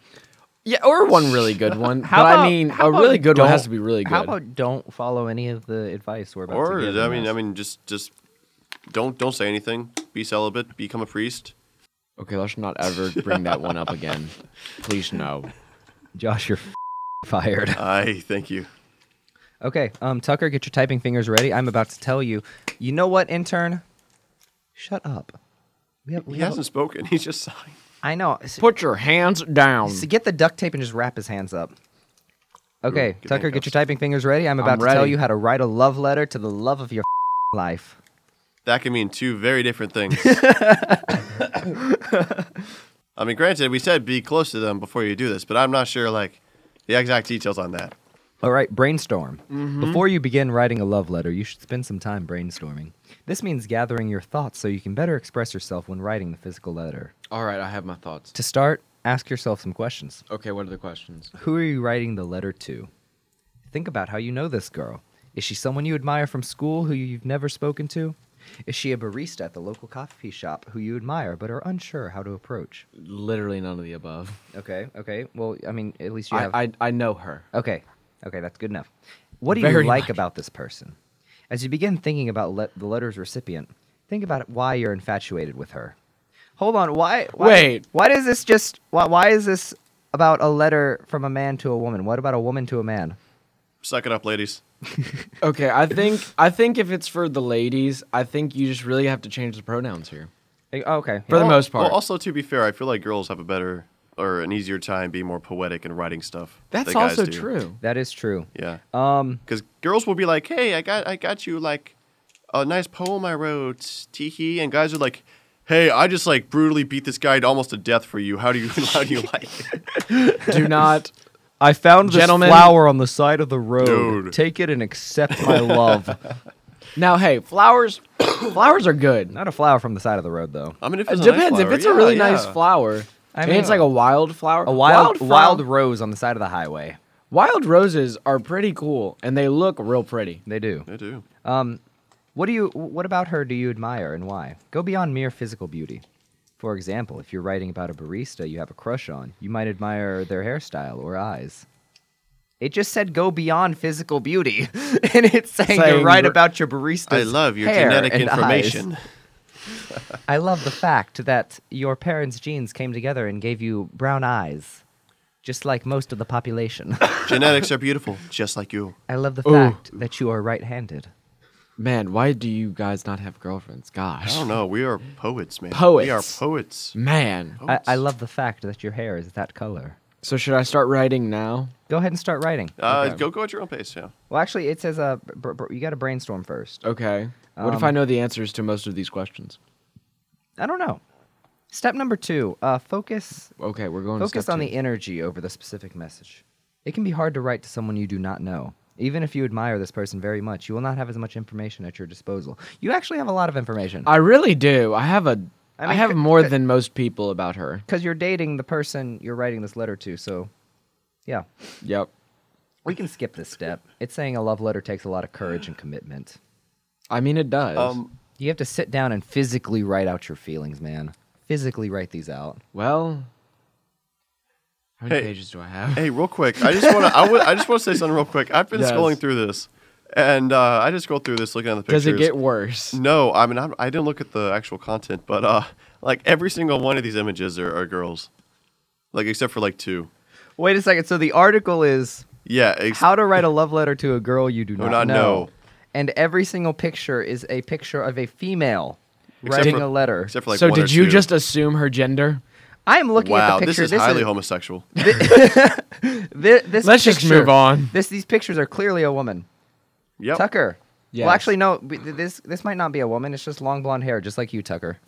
Yeah, or one really good one.
How
but
about,
I mean,
how
a
about
really good one has
don't-
to be really good.
How about don't follow any of the advice we're about
Or
to give?
I
in
mean,
this?
I mean, just just don't don't say anything. Be celibate. Become a priest.
okay, let's not ever bring that one up again. Please no.
Josh, you're fired.
I thank you.
Okay, um, Tucker, get your typing fingers ready. I'm about to tell you. You know what, intern? Shut up. We have, we
He
have a-
hasn't spoken. He's just sighing.
I know. S-
Put your hands down.
s- get the duct tape and just wrap his hands up. Okay,
give me
Tucker, get
handcuffs.
your typing fingers ready. I'm about to tell
ready.
you how to write a love letter to the love of your life.
That can mean two very different things. I mean, granted, we said be close to them before you do this, but I'm not sure like the exact details on that.
All right, brainstorm. Before you begin writing a love letter, you should spend some time brainstorming. This means gathering your thoughts so you can better express yourself when writing the physical letter.
All right, I have my thoughts.
To start, ask yourself some questions.
Okay, what are the questions?
Who are you writing the letter to? Think about how you know this girl. Is she someone you admire from school who you've never spoken to? Is she a barista at the local coffee shop who you admire but are unsure how to approach?
Literally none of the above.
Okay, okay. Well, I mean, at least you have.
I, I I know her.
Okay. Okay, that's good enough. What do
Very
you like
much.
about this person? As you begin thinking about le- the letter's recipient, think about why you're infatuated with her. Hold on, why, why
Wait.
Why does this just why, why is this about a letter from a man to a woman? What about a woman to a man?
Suck it up, ladies.
Okay, I think I think if it's for the ladies, I think you just really have to change the pronouns here.
Like, oh, okay.
For the
yeah.
most part.
Well, also, to be fair, I feel like girls have a better or an easier time being more poetic and writing stuff.
That's
than guys
also
do.
true.
that is true.
Yeah,
Um
because girls will be like, "Hey, I got, I got you like a nice poem I wrote, tee hee," and guys are like, "Hey, I just like brutally beat this guy to almost to death for you. How do you, how do you like?" it?"
Do not
I found
this Gentlemen. flower
on the side of the road.
Dude.
Take it and accept my love.
Now, hey, flowers flowers are good.
Not a flower from the side of the road though.
I mean, if
It
it's a nice
depends. if
flower,
it's a
yeah,
really
yeah.
nice flower,
I
I mean,
mean-
it's like a wild flower.
A wild
flow-
wild rose on the side of the highway.
wild roses are pretty cool, and they look real pretty.
They do.
I do.
What do you? What about her? Do you admire and why? Go beyond mere physical beauty. For example, if you're writing about a barista you have a crush on, you might admire their hairstyle or eyes. It just said go beyond physical beauty, and it's saying, to
Saying
write
r-
about your barista.
I love your genetic information.
I love the fact that your parents' genes came together and gave you brown eyes, just like most of the population.
Genetics are beautiful, just like you.
I love the
Ooh.
fact that you are right-handed.
Man, why do you guys not have girlfriends? Gosh.
I don't know. We are poets, man. We are
Poets.
poets.
Man.
I, I
Poets.
love the fact that your hair is that color.
So should I start writing now?
Go ahead and start writing.
Uh,
Okay.
Go go at your own pace. Yeah.
Well, actually, it says uh, br- br- you got to brainstorm first.
Okay. What if I know the answers to most of these questions?
I don't know. Step number two: uh, focus.
Okay, we're going to
Focus
step
on
two.
the energy over the specific message. It can be hard to write to someone you do not know. Even if you admire this person very much, you will not have as much information at your disposal. You actually have a lot of information
I really do. I have a. I
I mean,
have
c-
more
c-
than most people about her.
because you're dating the person you're writing this letter to. So, yeah,
Yep.
we can skip this step. It's saying a love letter takes a lot of courage and commitment.
I mean, it does.
Um,
You have to sit down and physically write out your feelings, man. Physically write these out.
well, how many
Hey.
pages do I have?
hey, real quick, I just want to. I would- I just want to say something real quick. I've been
Yes.
scrolling through this, and uh, I just scrolled through this looking at the pictures. Mm,
Does it get worse?
No, I mean I'm, I didn't look at the actual content, but uh, like every single one of these images are, are girls, like except for like two.
Wait a second. So the article is
Yeah. Ex-
how to write a love letter to a girl you do
Do
not,
not
know.
know.
And every single picture is a picture of a female
Except
writing
for-
a letter.
Except for like.
so
one or
did you
two.
just assume her gender?
I'm looking
Wow,
at the
this
picture.
is highly homosexual.
thi- this
Let's just
picture-
move on.
This these pictures are clearly a woman.
yep.
Tucker.
Yes.
Well, actually, no. b- th- This this might not be a woman. It's just long blonde hair, just like you, Tucker.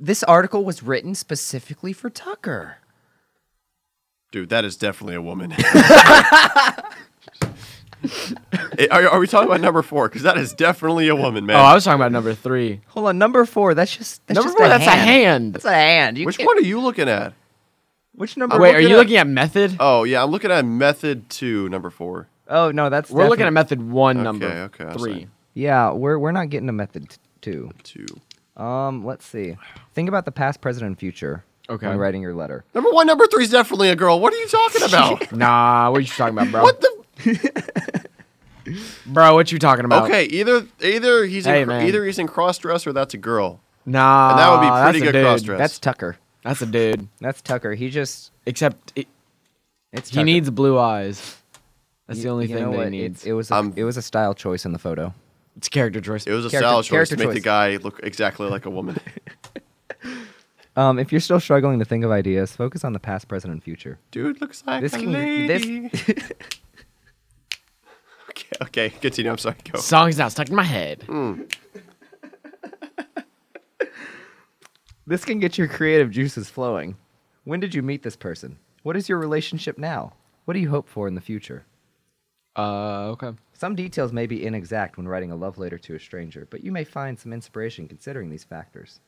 This article was written specifically for Tucker.
Dude, that is definitely a woman. Eh, are, are we talking about number four? Because that is definitely a woman, man.
Oh, I was talking about number three.
Hold on, number four. That's just that's
number
just
four. that's a hand.
That's a hand. You
Which
can't-
one are you looking at?
Which number?
Wait,
I'm
are you
looking at-
looking at method?
Oh yeah, I'm looking at method two, number four.
Oh no, that's
We're looking at
definite-
method one, number
okay, I see.
three.
yeah. We're we're not getting a method t- two.
Two.
Um, let's see. Think about the past, present, and future.
Okay.
When writing your letter.
Number one, number three is definitely a girl. What are you talking about?
Nah, what you talking about, bro?
what the?
bro, what you talking about?
Okay, either either he's
Hey,
in, cr-
man.
either he's in cross dress or that's a girl.
Nah,
And that would be
that's
pretty
a
good
dude.
cross-dress.
That's Tucker.
That's a dude.
That's Tucker. He just
Except it,
it's.
he
Tucker.
needs blue eyes. That's the only
You
thing
know
that
what?
he needs.
It, it was a,
I'm-
it was a style choice in the photo.
it's character choice.
It was a
Character-
style choice
character
to make the
choice.
guy look exactly like a woman.
Um, if you're still struggling to think of ideas, focus on the past, present, and future.
Dude looks like
This
a
can
lady.
this
Okay, okay, continue. I'm sorry. Go.
Song's now stuck in my head.
Mm.
this can get your creative juices flowing. When did you meet this person? What is your relationship now? What do you hope for in the future?
Uh, okay.
Some details may be inexact when writing a love letter to a stranger, but you may find some inspiration considering these factors.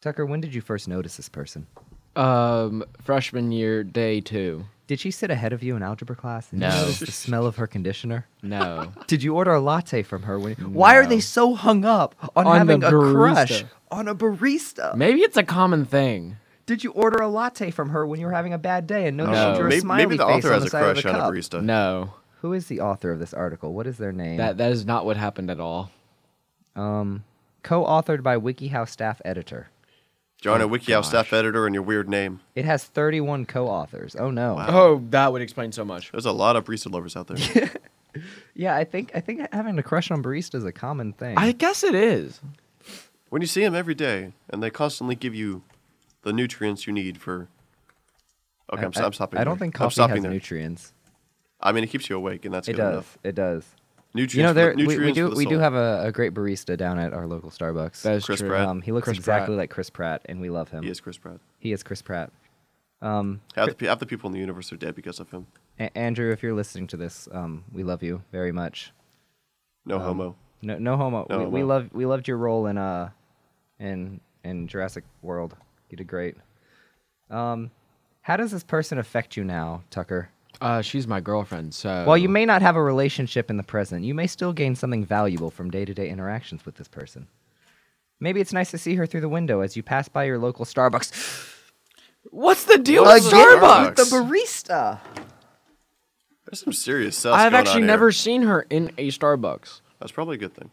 Tucker, when did you first notice this person?
Um, freshman year, day two.
Did she sit ahead of you in algebra class? Did
No.
You notice the smell of her conditioner?
No.
Did you order a latte from her? When, Why are
No.
they so hung up on,
On the
having a crush
barista.
on a barista?
Maybe it's a common thing.
Did you order a latte from her when you were having a bad day and noticed
No.
she drew a
Maybe,
smiley
Um, maybe the
face
author
on
has
the
a
side of
crush
the
on a
cup?
barista.
No.
Who is the author of this article? What is their name?
That that is not what happened at all.
um, co-authored by WikiHow staff editor.
You're on a WikiHow staff editor and your weird name.
It has 31 co-authors. Oh no.
Oh, that would explain so much.
There's a lot of barista lovers out there.
Yeah, I think I think having a crush on barista is a common thing.
I guess it is.
when you see them every day and they constantly give you the nutrients you need for. Okay, I'm,
I,
I, am stopping.
I don't
there.
think
I'm
coffee
stopping
has
there.
nutrients.
I mean, it keeps you awake, and that's
It
good
does.
enough.
It does.
Nutrients.
you know,
for
there
the-
we, we
nutrients
do
for the
we do
soul.
have a, a great barista down at our local Starbucks.
That is
Chris
true.
Pratt.
um, he looks
Chris Pratt.
exactly like Chris Pratt, and we love him.
He is Chris Pratt.
He is Chris Pratt. Um,
Half the, pe- half the people in the universe are dead because of him.
A- Andrew, if you're listening to this, um, we love you very much. Um,
No homo.
No, no homo.
No
we, we
homo.
love we loved your role in uh, in in Jurassic World. You did great. Um, how does this person affect you now, Tucker?
Uh, she's my girlfriend, so.
Oh.
While you may not have a relationship in the present, you may still gain something valuable from day to day interactions with this person. Maybe it's nice to see her through the window as you pass by your local Starbucks.
What's the deal
Well,
with
again,
Starbucks?
Starbucks.
The barista.
There's some serious stuff.
I've
going on
actually
here.
never seen her in a Starbucks.
That's probably a good thing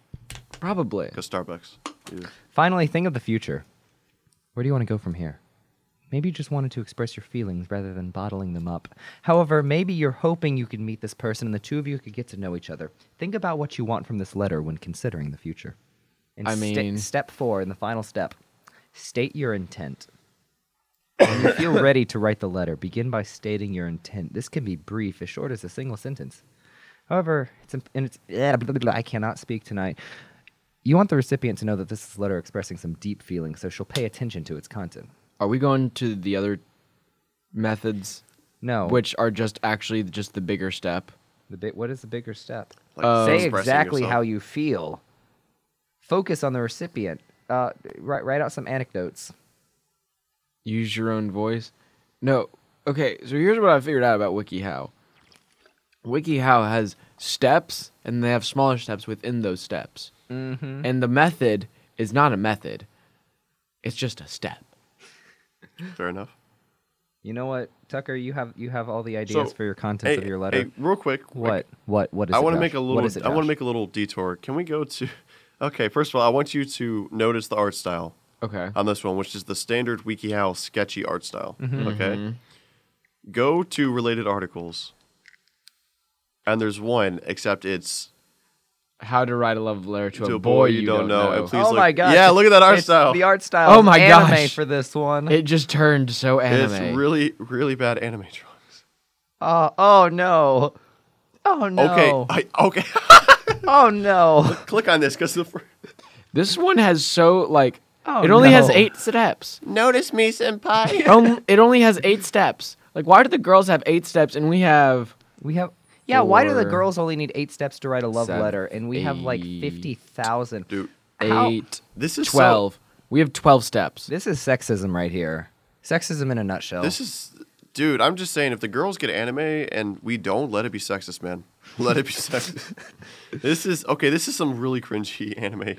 Probably.
because Starbucks. Ew.
Finally, think of the future. Where do you want to go from here? Maybe you just wanted to express your feelings rather than bottling them up. However, maybe you're hoping you could meet this person and the two of you could get to know each other. Think about what you want from this letter when considering the future. And
I
sta-
mean-
step four in the final step state your intent. When you feel ready to write the letter, begin by stating your intent. This can be brief, as short as a single sentence. However, it's, imp- and it's I cannot speak tonight. You want the recipient to know that this is a letter expressing some deep feelings, so she'll pay attention to its content.
Are we going to the other methods,
No,
Oh.
which are just actually just the bigger step?
the bit? What is the bigger step?
Like
Uh,
Say
expressing
exactly
yourself.
how you feel. Focus on the recipient. Uh, write write out some anecdotes.
Use your own voice. No. Okay, so here's what I figured out about WikiHow. WikiHow has steps, and they have smaller steps within those steps. Mm-hmm. And the method is not a method; it's just a step.
Fair enough.
You know what, Tucker? You have you have all the ideas
So,
for your contents
Hey,
of your letter.
hey, real quick.
what? what? What is?
I
it,
want to
Josh?
make a
What
little.
is it,
I want
Josh?
to make a little detour. Can we go to? Okay, first of all, I want you to notice the art style
Okay.
on this one, which is the standard WikiHow sketchy art style. Okay.
Mm-hmm.
Go to related articles, and there's one except it's
How to write a love letter to,
to a boy you don't know. and please
Oh
look-
my god!
Yeah, look at that art
It's-
style.
The art style.
Oh
is
my
anime
gosh.
For this one.
It just turned so anime.
it's really, really bad anime drawings.
oh, oh no. Oh no.
Okay, I, okay.
Oh no.
Click on this because the. Fr-
This one has so like
Oh,
it only has
no.
eight steps.
notice me, senpai.
um, it only has eight steps. Like why do the girls have eight steps and we have
We have. Yeah, why do the
Four,
girls only need eight steps to write a love
seven,
letter, and we have like
eight.
fifty thousand?
Dude,
How-
eight,
this is so-
twelve? we have twelve steps.
This is sexism right here. Sexism in a nutshell.
This is, dude. I'm just saying, if the girls get anime and we don't, let it be sexist, man. Let it be sexist. this is okay. This is some really cringy anime.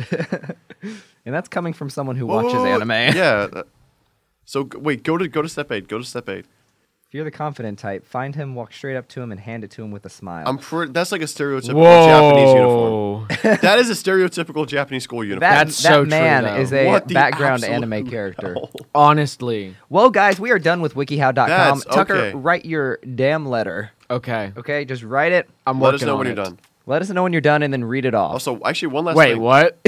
and that's coming from someone who
Whoa, whoa,
watches
whoa,
anime.
Yeah. that- So g- wait, go to go to step eight. Go to step eight.
If you're the confident type, find him, walk straight up to him, and hand it to him with a smile.
I'm pre- that's like a stereotypical Japanese uniform. That is a stereotypical Japanese school uniform.
that
That's
that
so true,
man
though.
is a
What the
background
absolute
anime character.
hell?
Honestly,
Well, guys, we are done with WikiHow.com.
That's
Tucker,
okay.
write your damn letter.
okay.
Okay, just write it.
I'm
Let
working
us know
on
when
it.
you're done.
Let us know when you're done, and then read it off.
Also, actually, one last
Wait,
thing.
what?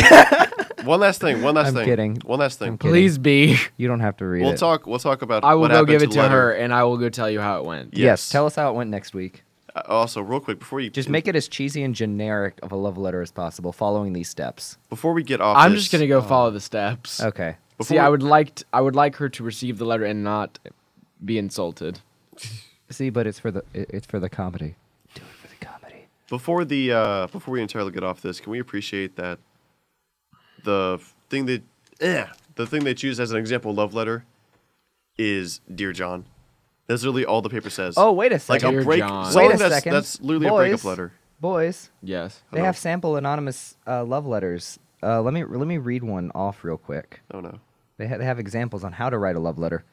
One last thing. One last
I'm
thing.
kidding.
One last thing.
kidding.
Please be.
You don't have to read
We'll
it.
talk. We'll talk about.
I will
what
go
happened
give it to
Leonard.
her, and I will go tell you how it went.
Yes. Tell us how it went next week.
Uh, Also, real quick before you
Just make it as cheesy and generic of a love letter as possible, following these steps.
before we get off.
I'm
this-
just gonna go follow the steps.
Okay.
Before
See, I
we-
would like t I would like her to receive the letter and not be insulted.
See, but it's for the it- it's for the comedy. Do it for the comedy.
before the uh, before we entirely get off this. Can we appreciate that the thing that eh, the thing they choose as an example love letter is dear John. That's literally all the paper says.
Oh, wait a
like
second.
a
Dear
break.
John.
so
Wait a
that's,
second.
That's literally a
Boys.
breakup letter.
Boys,
Yes.
they have sample anonymous uh, love letters. Uh, let me let me read one off real quick.
Oh no.
They ha- they have examples on how to write a love letter.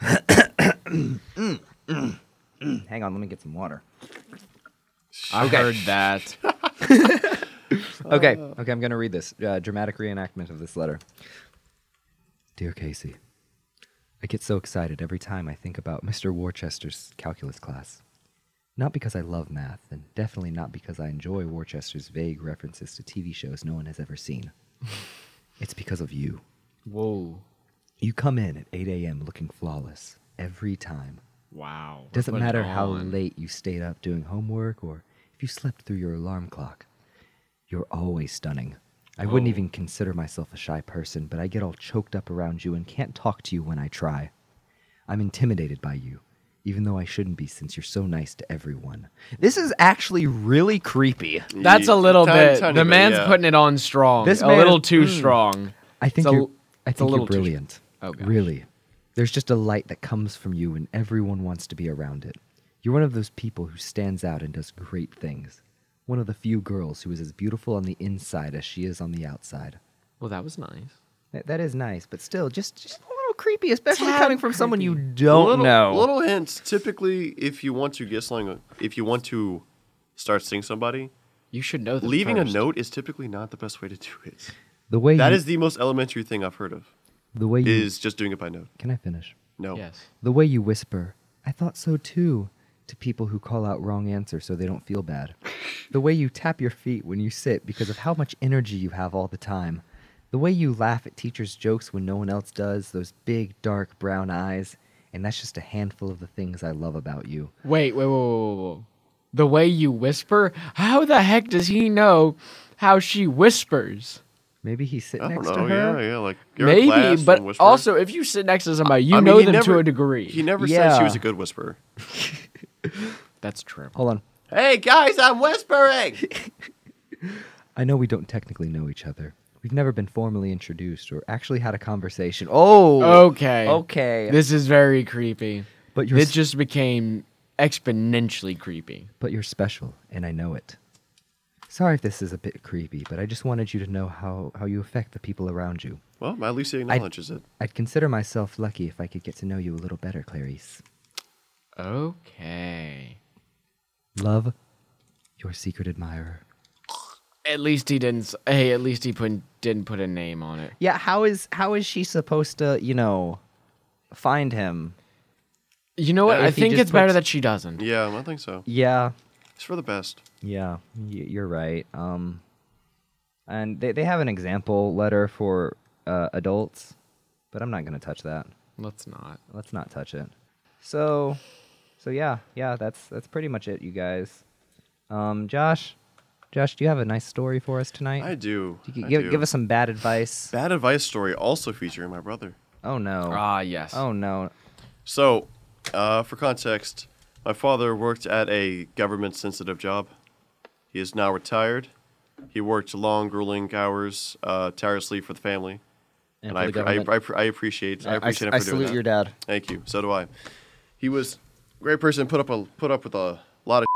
Hang on, let me get some water.
I've heard that.
Okay, okay, I'm going to read this uh, dramatic reenactment of this letter. Dear Casey, I get so excited every time I think about Mr. Worcester's calculus class. Not because I love math, and definitely not because I enjoy Worcester's vague references to TV shows no one has ever seen. it's because of you.
Whoa.
You come in at 8 a.m. looking flawless every time.
Wow. We're
Doesn't
putting
matter
it
how
on.
late you stayed up doing homework or if you slept through your alarm clock. You're always stunning. I
Oh.
wouldn't even consider myself a shy person, but I get all choked up around you and can't talk to you when I try. I'm intimidated by you, even though I shouldn't be since you're so nice to everyone. This is actually really creepy.
That's a little
Tiny-
bit.
tiny
The man's
yeah.
putting it on strong.
This
a
man- mm.
little too strong.
I think
It's a-
you're, I
it's a
think you're
little too-
brilliant.
Oh, gosh.
really. There's just a light that comes from you and everyone wants to be around it. You're one of those people who stands out and does great things. One of the few girls who is as beautiful on the inside as she is on the outside.
Well, that was nice.
That, that is nice, but still just just a little creepy, especially coming from someone you don't
little,
know.
Little hints. Typically, if you want to get something, if you want to start seeing somebody,
You should know that.
leaving
first.
a note is typically not the best way to do it.
the way
That
you,
is the most elementary thing I've heard of.
the way you
Is just doing it by note.
Can I finish?
No.
Yes.
The way you whisper, I thought so too, to people who call out wrong answers so they don't feel bad. The way you tap your feet when you sit because of how much energy you have all the time. The way you laugh at teachers' jokes when no one else does, those big, dark, brown eyes. And that's just a handful of the things I love about you.
Wait, wait, wait, wait, wait, wait. The way you whisper. How the heck does he know how she whispers?
Maybe he's sitting
I don't
next
know.
to her.
Oh, Yeah, yeah. Like you're in class
Maybe,
and
but
whisper.
also if you sit next to somebody, you
I mean,
know
he
them to
never-
a degree.
He never said
Yeah.
she was a good whisperer.
That's true.
Hold on.
Hey guys, I'm whispering.
I know we don't technically know each other. We've never been formally introduced or actually had a conversation. Oh!
Okay.
Okay.
This is very creepy.
But you're
It
s-
just became exponentially creepy.
but you're special, and I know it. Sorry if this is a bit creepy, but I just wanted you to know how, how you affect the people around you.
well, at least he acknowledges it.
I'd consider myself lucky if I could get to know you a little better, Clarice.
Okay.
Love, your secret admirer.
At least he didn't. s- Hey, at least he put didn't put a name on it.
Yeah, how is how is she supposed to, you know, find him?
You know what?
Uh,
I
if he
think
just
it's better
puts-
that she doesn't.
Yeah, I think so.
Yeah,
It's for the best.
yeah, y- you're right. Um, and they they have an example letter for uh, adults, but I'm not gonna touch that.
Let's not.
let's not touch it. So, so yeah, yeah, that's that's pretty much it, you guys. Um, Josh, Josh, do you have a nice story for us tonight?
I do.
You g-
I
give,
do.
give us some bad advice.
bad advice story also featuring my brother.
Oh no.
Ah, yes.
Oh no.
So, uh, for context, my father worked at a government sensitive job. He is now retired. He worked long, grueling hours uh, tirelessly for the family. And, I, I, I, I appreciate I appreciate him for doing
salute
that.
your dad.
Thank you. So do I. He was a great person. Put up a put up with a lot of,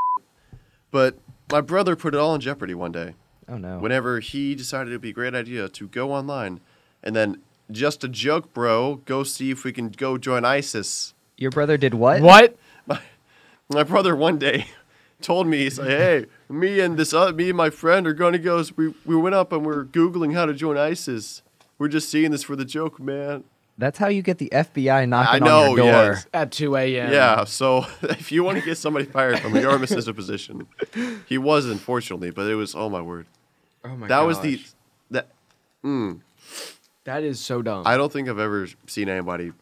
but my brother put it all in jeopardy one day.
Oh no.
Whenever he decided it would be a great idea to go online, and then just a joke, bro, go see if we can go join ISIS.
your brother did what?
What?
My brother one day told me, he's like, hey, me and this other, me and my friend are going to go. We, we went up and we're Googling how to join ISIS. We're just seeing this for the joke, man.
That's how you get the FBI knocking
I
on
know,
your door.
yes.
At 2 a.m.
Yeah, so if you want to get somebody fired from your administrative position, he was, unfortunately, but it was, oh my word.
Oh my
that was the, that,
That is so dumb.
I don't think I've ever seen anybody.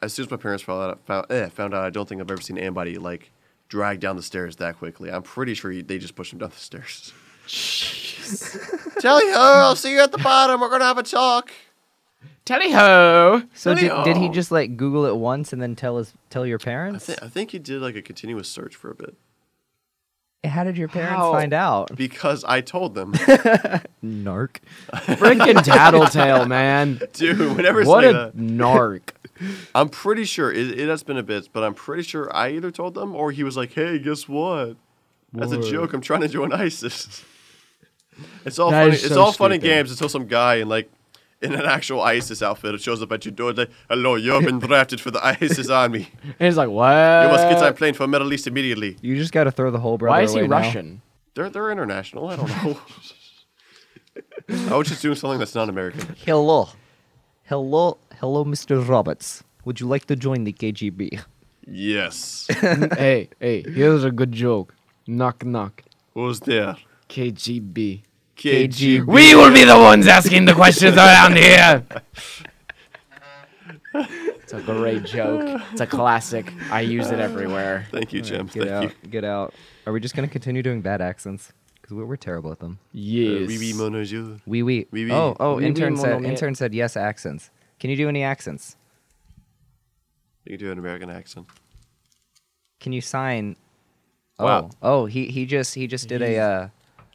As soon as my parents found out, found, eh, found out, I don't think I've ever seen anybody like drag down the stairs that quickly. I'm pretty sure they just pushed him down the stairs. Tell you, oh, I'll see you at the bottom. We're gonna have a talk.
Tally ho!
So did, did he
Leo.
just like Google it once and then tell his tell your
I,
parents?
th- I think he did like a continuous search for a bit
How did your parents
How?
find out?
because I told them,
Narc.
Freaking tattletale, man.
dude. Whenever
What
say
a
that,
narc.
I'm pretty sure it, it has been a bit, but I'm pretty sure I either told them or he was like, "Hey, guess what? That's a joke. I'm trying to join ISIS." It's all
That
funny.
is
it's
so
all fun and
stupid.
games until some guy in like in an actual ISIS outfit shows up at your door. Like, hello, you've been drafted for the ISIS army.
And he's like, what?
You must
Uh,
get on plane for Middle East immediately.
You just got to throw the whole brother
Why is he
away now.
Russian?
They're they're international. I don't know. I was just doing something that's not American.
Hello, hello, hello, Mr. Roberts. Would you like to join the KGB?
Yes.
hey, hey, here's a good joke. Knock, knock.
Who's there?
KGB.
KG.
We will be the ones asking the questions around here. It's a great joke. It's a classic. I use it everywhere.
Thank you, Jim.
Get
Thank
out,
you.
get out. Are we just gonna continue doing bad accents? Because we're, we're terrible at them.
Yes.
Oui, oui, mon Dieu.
Wee wee.
Oui, oui.
Oh, oh,
Oui, oui,
intern
mon
said
ami.
intern said yes accents. Can you do any accents?
You can do an American accent.
Can you sign? Oh,
Wow.
oh, he he just he just did a uh,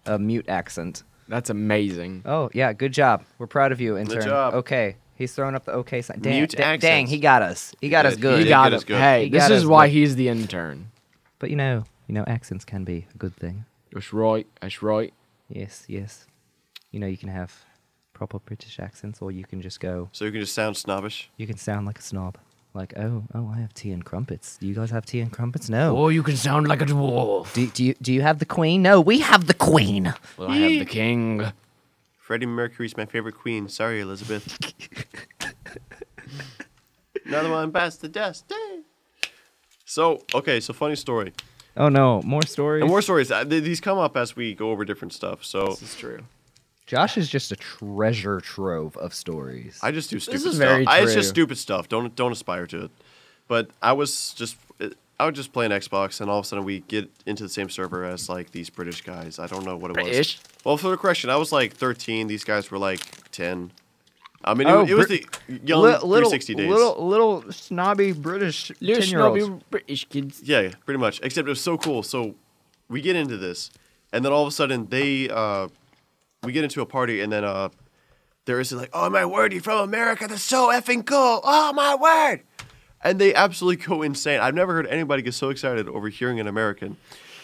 a mute accent.
That's amazing.
Oh yeah, good job. We're proud of you, intern.
job.
Okay, he's throwing up the okay sign. Dang,
Mute
da- dang,
accents.
he got us. He got
did.
us
He
good.
He
Yeah,
got
good
it.
is good.
Hey,
He
this
got
is
us
why
good.
he's the intern.
But you know, you know, accents can be a good thing.
That's right. That's right.
Yes, yes. You know, you can have proper British accents, or you can just go.
So you can just sound snobbish.
You can sound like a snob. Like, oh, oh, I have tea and crumpets. Do you guys have tea and crumpets? No.
Oh, you can sound like a dwarf.
Do, do you do you have the queen? No, we have the queen.
Well, I have the king.
Freddie Mercury's my favorite queen. Sorry, Elizabeth. Another one bites the dust. Eh. So, okay, so funny story.
Oh no, more stories.
And more stories. Uh, th- These come up as we go over different stuff. So
This is true.
Josh is just a treasure trove of stories.
I just do stupid
is
stuff.
very
I, it's
true.
just stupid stuff. Don't don't aspire to it. But I was just I was just playing Xbox, and all of a sudden we get into the same server as like these British guys. I don't know what it
British?
was. Well, for the correction, I was like 13. These guys were like 10. I mean, it,
Oh,
it was
Brit-
the young
Li- little,
360 days.
little little snobby British
Little
ten year olds.
snobby British kids.
Yeah, pretty much. Except it was so cool. So we get into this, and then all of a sudden they uh, we get into a party, and then uh, there is like, oh my word, you're from America. That's so effing cool. Oh my word. And they absolutely go insane. I've never heard anybody get so excited over hearing an American.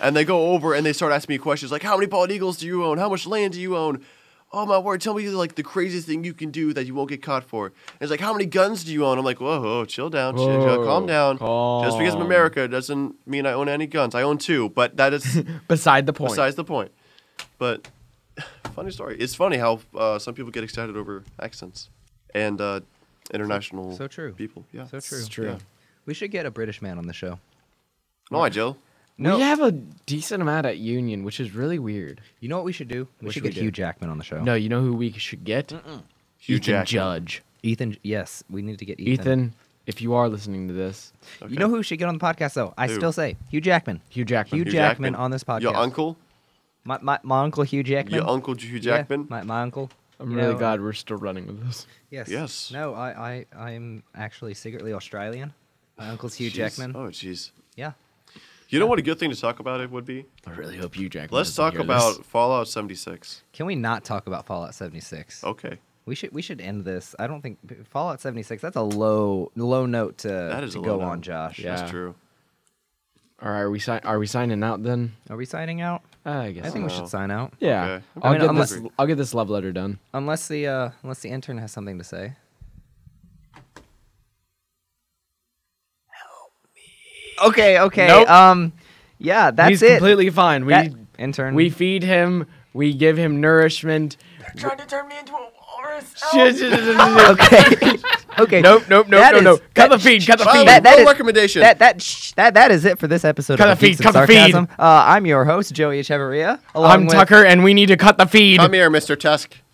And they go over and they start asking me questions like, how many bald eagles do you own? How much land do you own? Oh my word, tell me like the craziest thing you can do that you won't get caught for. And it's like, how many guns do you own? I'm like, whoa, whoa chill down, chill, chill,
Whoa,
calm down. Just because I'm
calm.
America doesn't mean I own any guns. I own two, but that is
Beside the point.
besides the point. But funny story. It's funny how uh, some people get excited over accents and uh, international
so true.
people. Yeah.
So true.
It's true.
Yeah.
We should get a British man on the show.
No, I Jill.
No.
We have a decent amount at Union, which is really weird.
You know what we should do? We
What
should
should we
get
do?
Hugh Jackman on the show.
No, you know who we should get?
Hugh
Ethan
Jackman.
Judge.
Ethan. Yes, we need to get
Ethan.
Ethan.
if you are listening to this,
You know who should get on the podcast though? I
Who?
still say Hugh Jackman.
Hugh Jackman.
Hugh
Hugh
Jackman on this podcast.
Your uncle?
My my, my uncle Hugh Jackman.
Your uncle Hugh
Yeah,
Jackman?
my my uncle.
I'm
You
really
know,
glad we're still running with this.
Yes.
Yes.
No, I, I I'm actually secretly Australian. My uncle's Hugh
Jeez.
Jackman.
Oh, jeez.
Yeah.
You know what a good thing to talk about it would be?
I really hope Hugh Jackman.
Let's
doesn't
talk
hear
about
this.
Fallout 76.
Can we not talk about Fallout 76?
Okay.
We should we should end this. I don't think Fallout 76. That's a low low note to,
That is
to
a
go
low note.
on, Josh.
Yeah.
That's true.
All right, are we si- are we signing out then?
Are we signing out?
Uh, I guess.
I think we
No.
should sign out.
yeah.
Okay.
I'll
I mean,
get
unless-
this. I'll get this love letter done.
Unless the uh, unless the intern has something to say. Help me. Okay. Okay.
Nope.
Um. Yeah. That's
He's
it.
completely fine. We
That- intern.
we feed him. We give him nourishment.
Trying to turn me into an RSL.
okay. okay.
Nope, nope, nope,
That
no,
is-
no. Cut
that-
the feed, cut the
Well,
feed.
That- that
no
is-
recommendation.
That that sh- that that is it for this episode.
Cut
of
the feed,
Feats of
cut the feed.
Sarcasm. Uh, I'm your host Joey Echeverria. along
I'm
with-
Tucker, and we need to cut the feed.
Come here, Mr. Tusk.